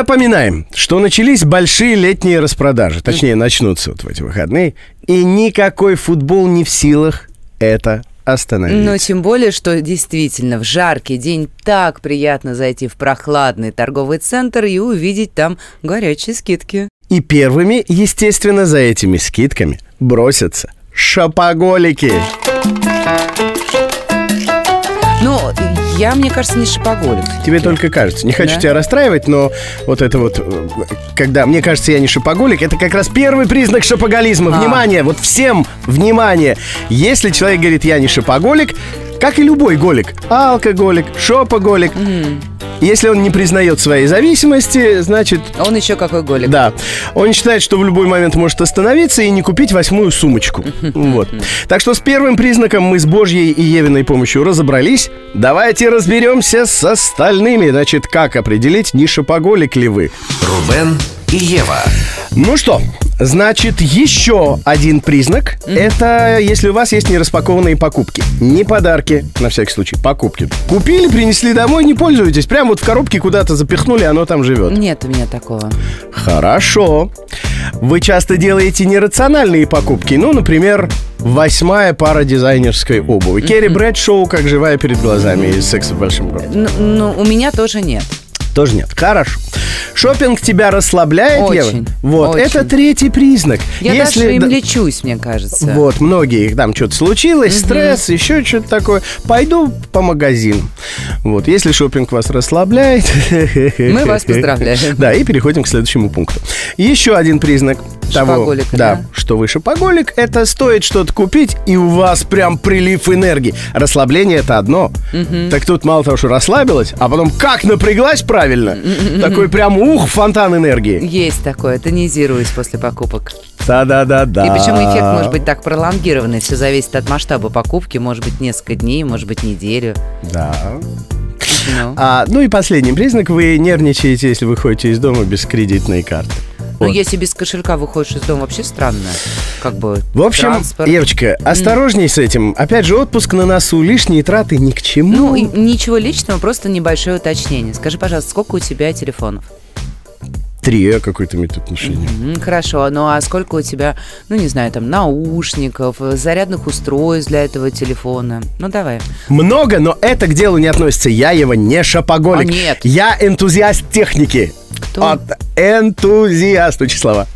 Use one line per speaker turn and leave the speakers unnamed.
Напоминаем, что начались большие летние распродажи. Точнее, начнутся вот в эти выходные. И никакой футбол не в силах это остановить.
Но тем более, что действительно в жаркий день так приятно зайти в прохладный торговый центр и увидеть там горячие скидки.
И первыми, естественно, за этими скидками бросятся шопоголики.
Но я, мне кажется, не шопоголик.
Тебе только кажется. Не хочу
Да.
тебя расстраивать, но вот это вот, э, когда мне кажется, я не шопоголик, это как раз первый признак шопоголизма.
А.
Внимание, вот всем внимание. Если человек говорит, я не шопоголик, как и любой голик, алкоголик, шопоголик, если он не признает своей зависимости, значит,
А Он еще какой голик.
да. Он считает, что в любой момент может остановиться и не купить восьмую сумочку. Вот. Так что с первым признаком мы с Божьей и Евиной помощью разобрались. Давайте разберемся с остальными. Значит, как определить, не шопоголик ли вы?
Рубен и Ева.
Ну что, значит, еще один признак это если у вас есть нераспакованные покупки. Не подарки, на всякий случай, покупки. Купили, принесли домой, не пользуетесь. Прям вот в коробке куда-то запихнули, оно там живет.
Нет у меня такого.
Хорошо. Вы часто делаете нерациональные покупки. Ну, например, восьмая пара дизайнерской обуви. Керри Брэдшоу, как живая перед глазами из «Секса в большом городе».
Ну, ну, у меня тоже нет.
Тоже нет. Хорошо. Шопинг тебя расслабляет,
Очень,
Ева? Вот,
очень.
это третий признак.
Я даже им
да-
лечусь, мне кажется.
Вот, многие, там что-то случилось, стресс, еще что-то такое. Пойду по магазину. Вот, если шопинг вас расслабляет...
Мы вас поздравляем.
Да, и переходим к следующему пункту. Еще один признак того,
Шопоголика,
да,
да.
что вы шопоголик, это стоит что-то купить, и у вас прям прилив энергии. Расслабление это одно. Так тут мало того, что расслабилась, а потом как напряглась правильно, такой прям ух, фонтан энергии.
Есть такое, тонизируюсь после покупок.
Да-да-да-да.
И причем эффект может быть так пролонгированный. Все зависит от масштаба покупки. Может быть, несколько дней, может быть, неделю.
Да.
Ну,
А, ну и последний признак, вы нервничаете, если вы ходите из дома без кредитной карты.
Ну,
Вот.
если без кошелька выходишь из дома, вообще странно. Как бы
В общем,
транспорт.
Евочка, осторожней с этим. Опять же, отпуск на носу, лишние траты ни к чему.
Ну, и ничего личного, просто небольшое уточнение. Скажи, пожалуйста, сколько у тебя телефонов?
Три э, какое-то имеет отношение.
М, Хорошо, ну а сколько у тебя, ну не знаю, там, наушников, э, зарядных устройств для этого телефона? Ну давай.
Много, но это к делу не относится. Я его не шопоголик.
А, нет.
Я энтузиаст техники.
Кто?
От энтузиаст, очень слова.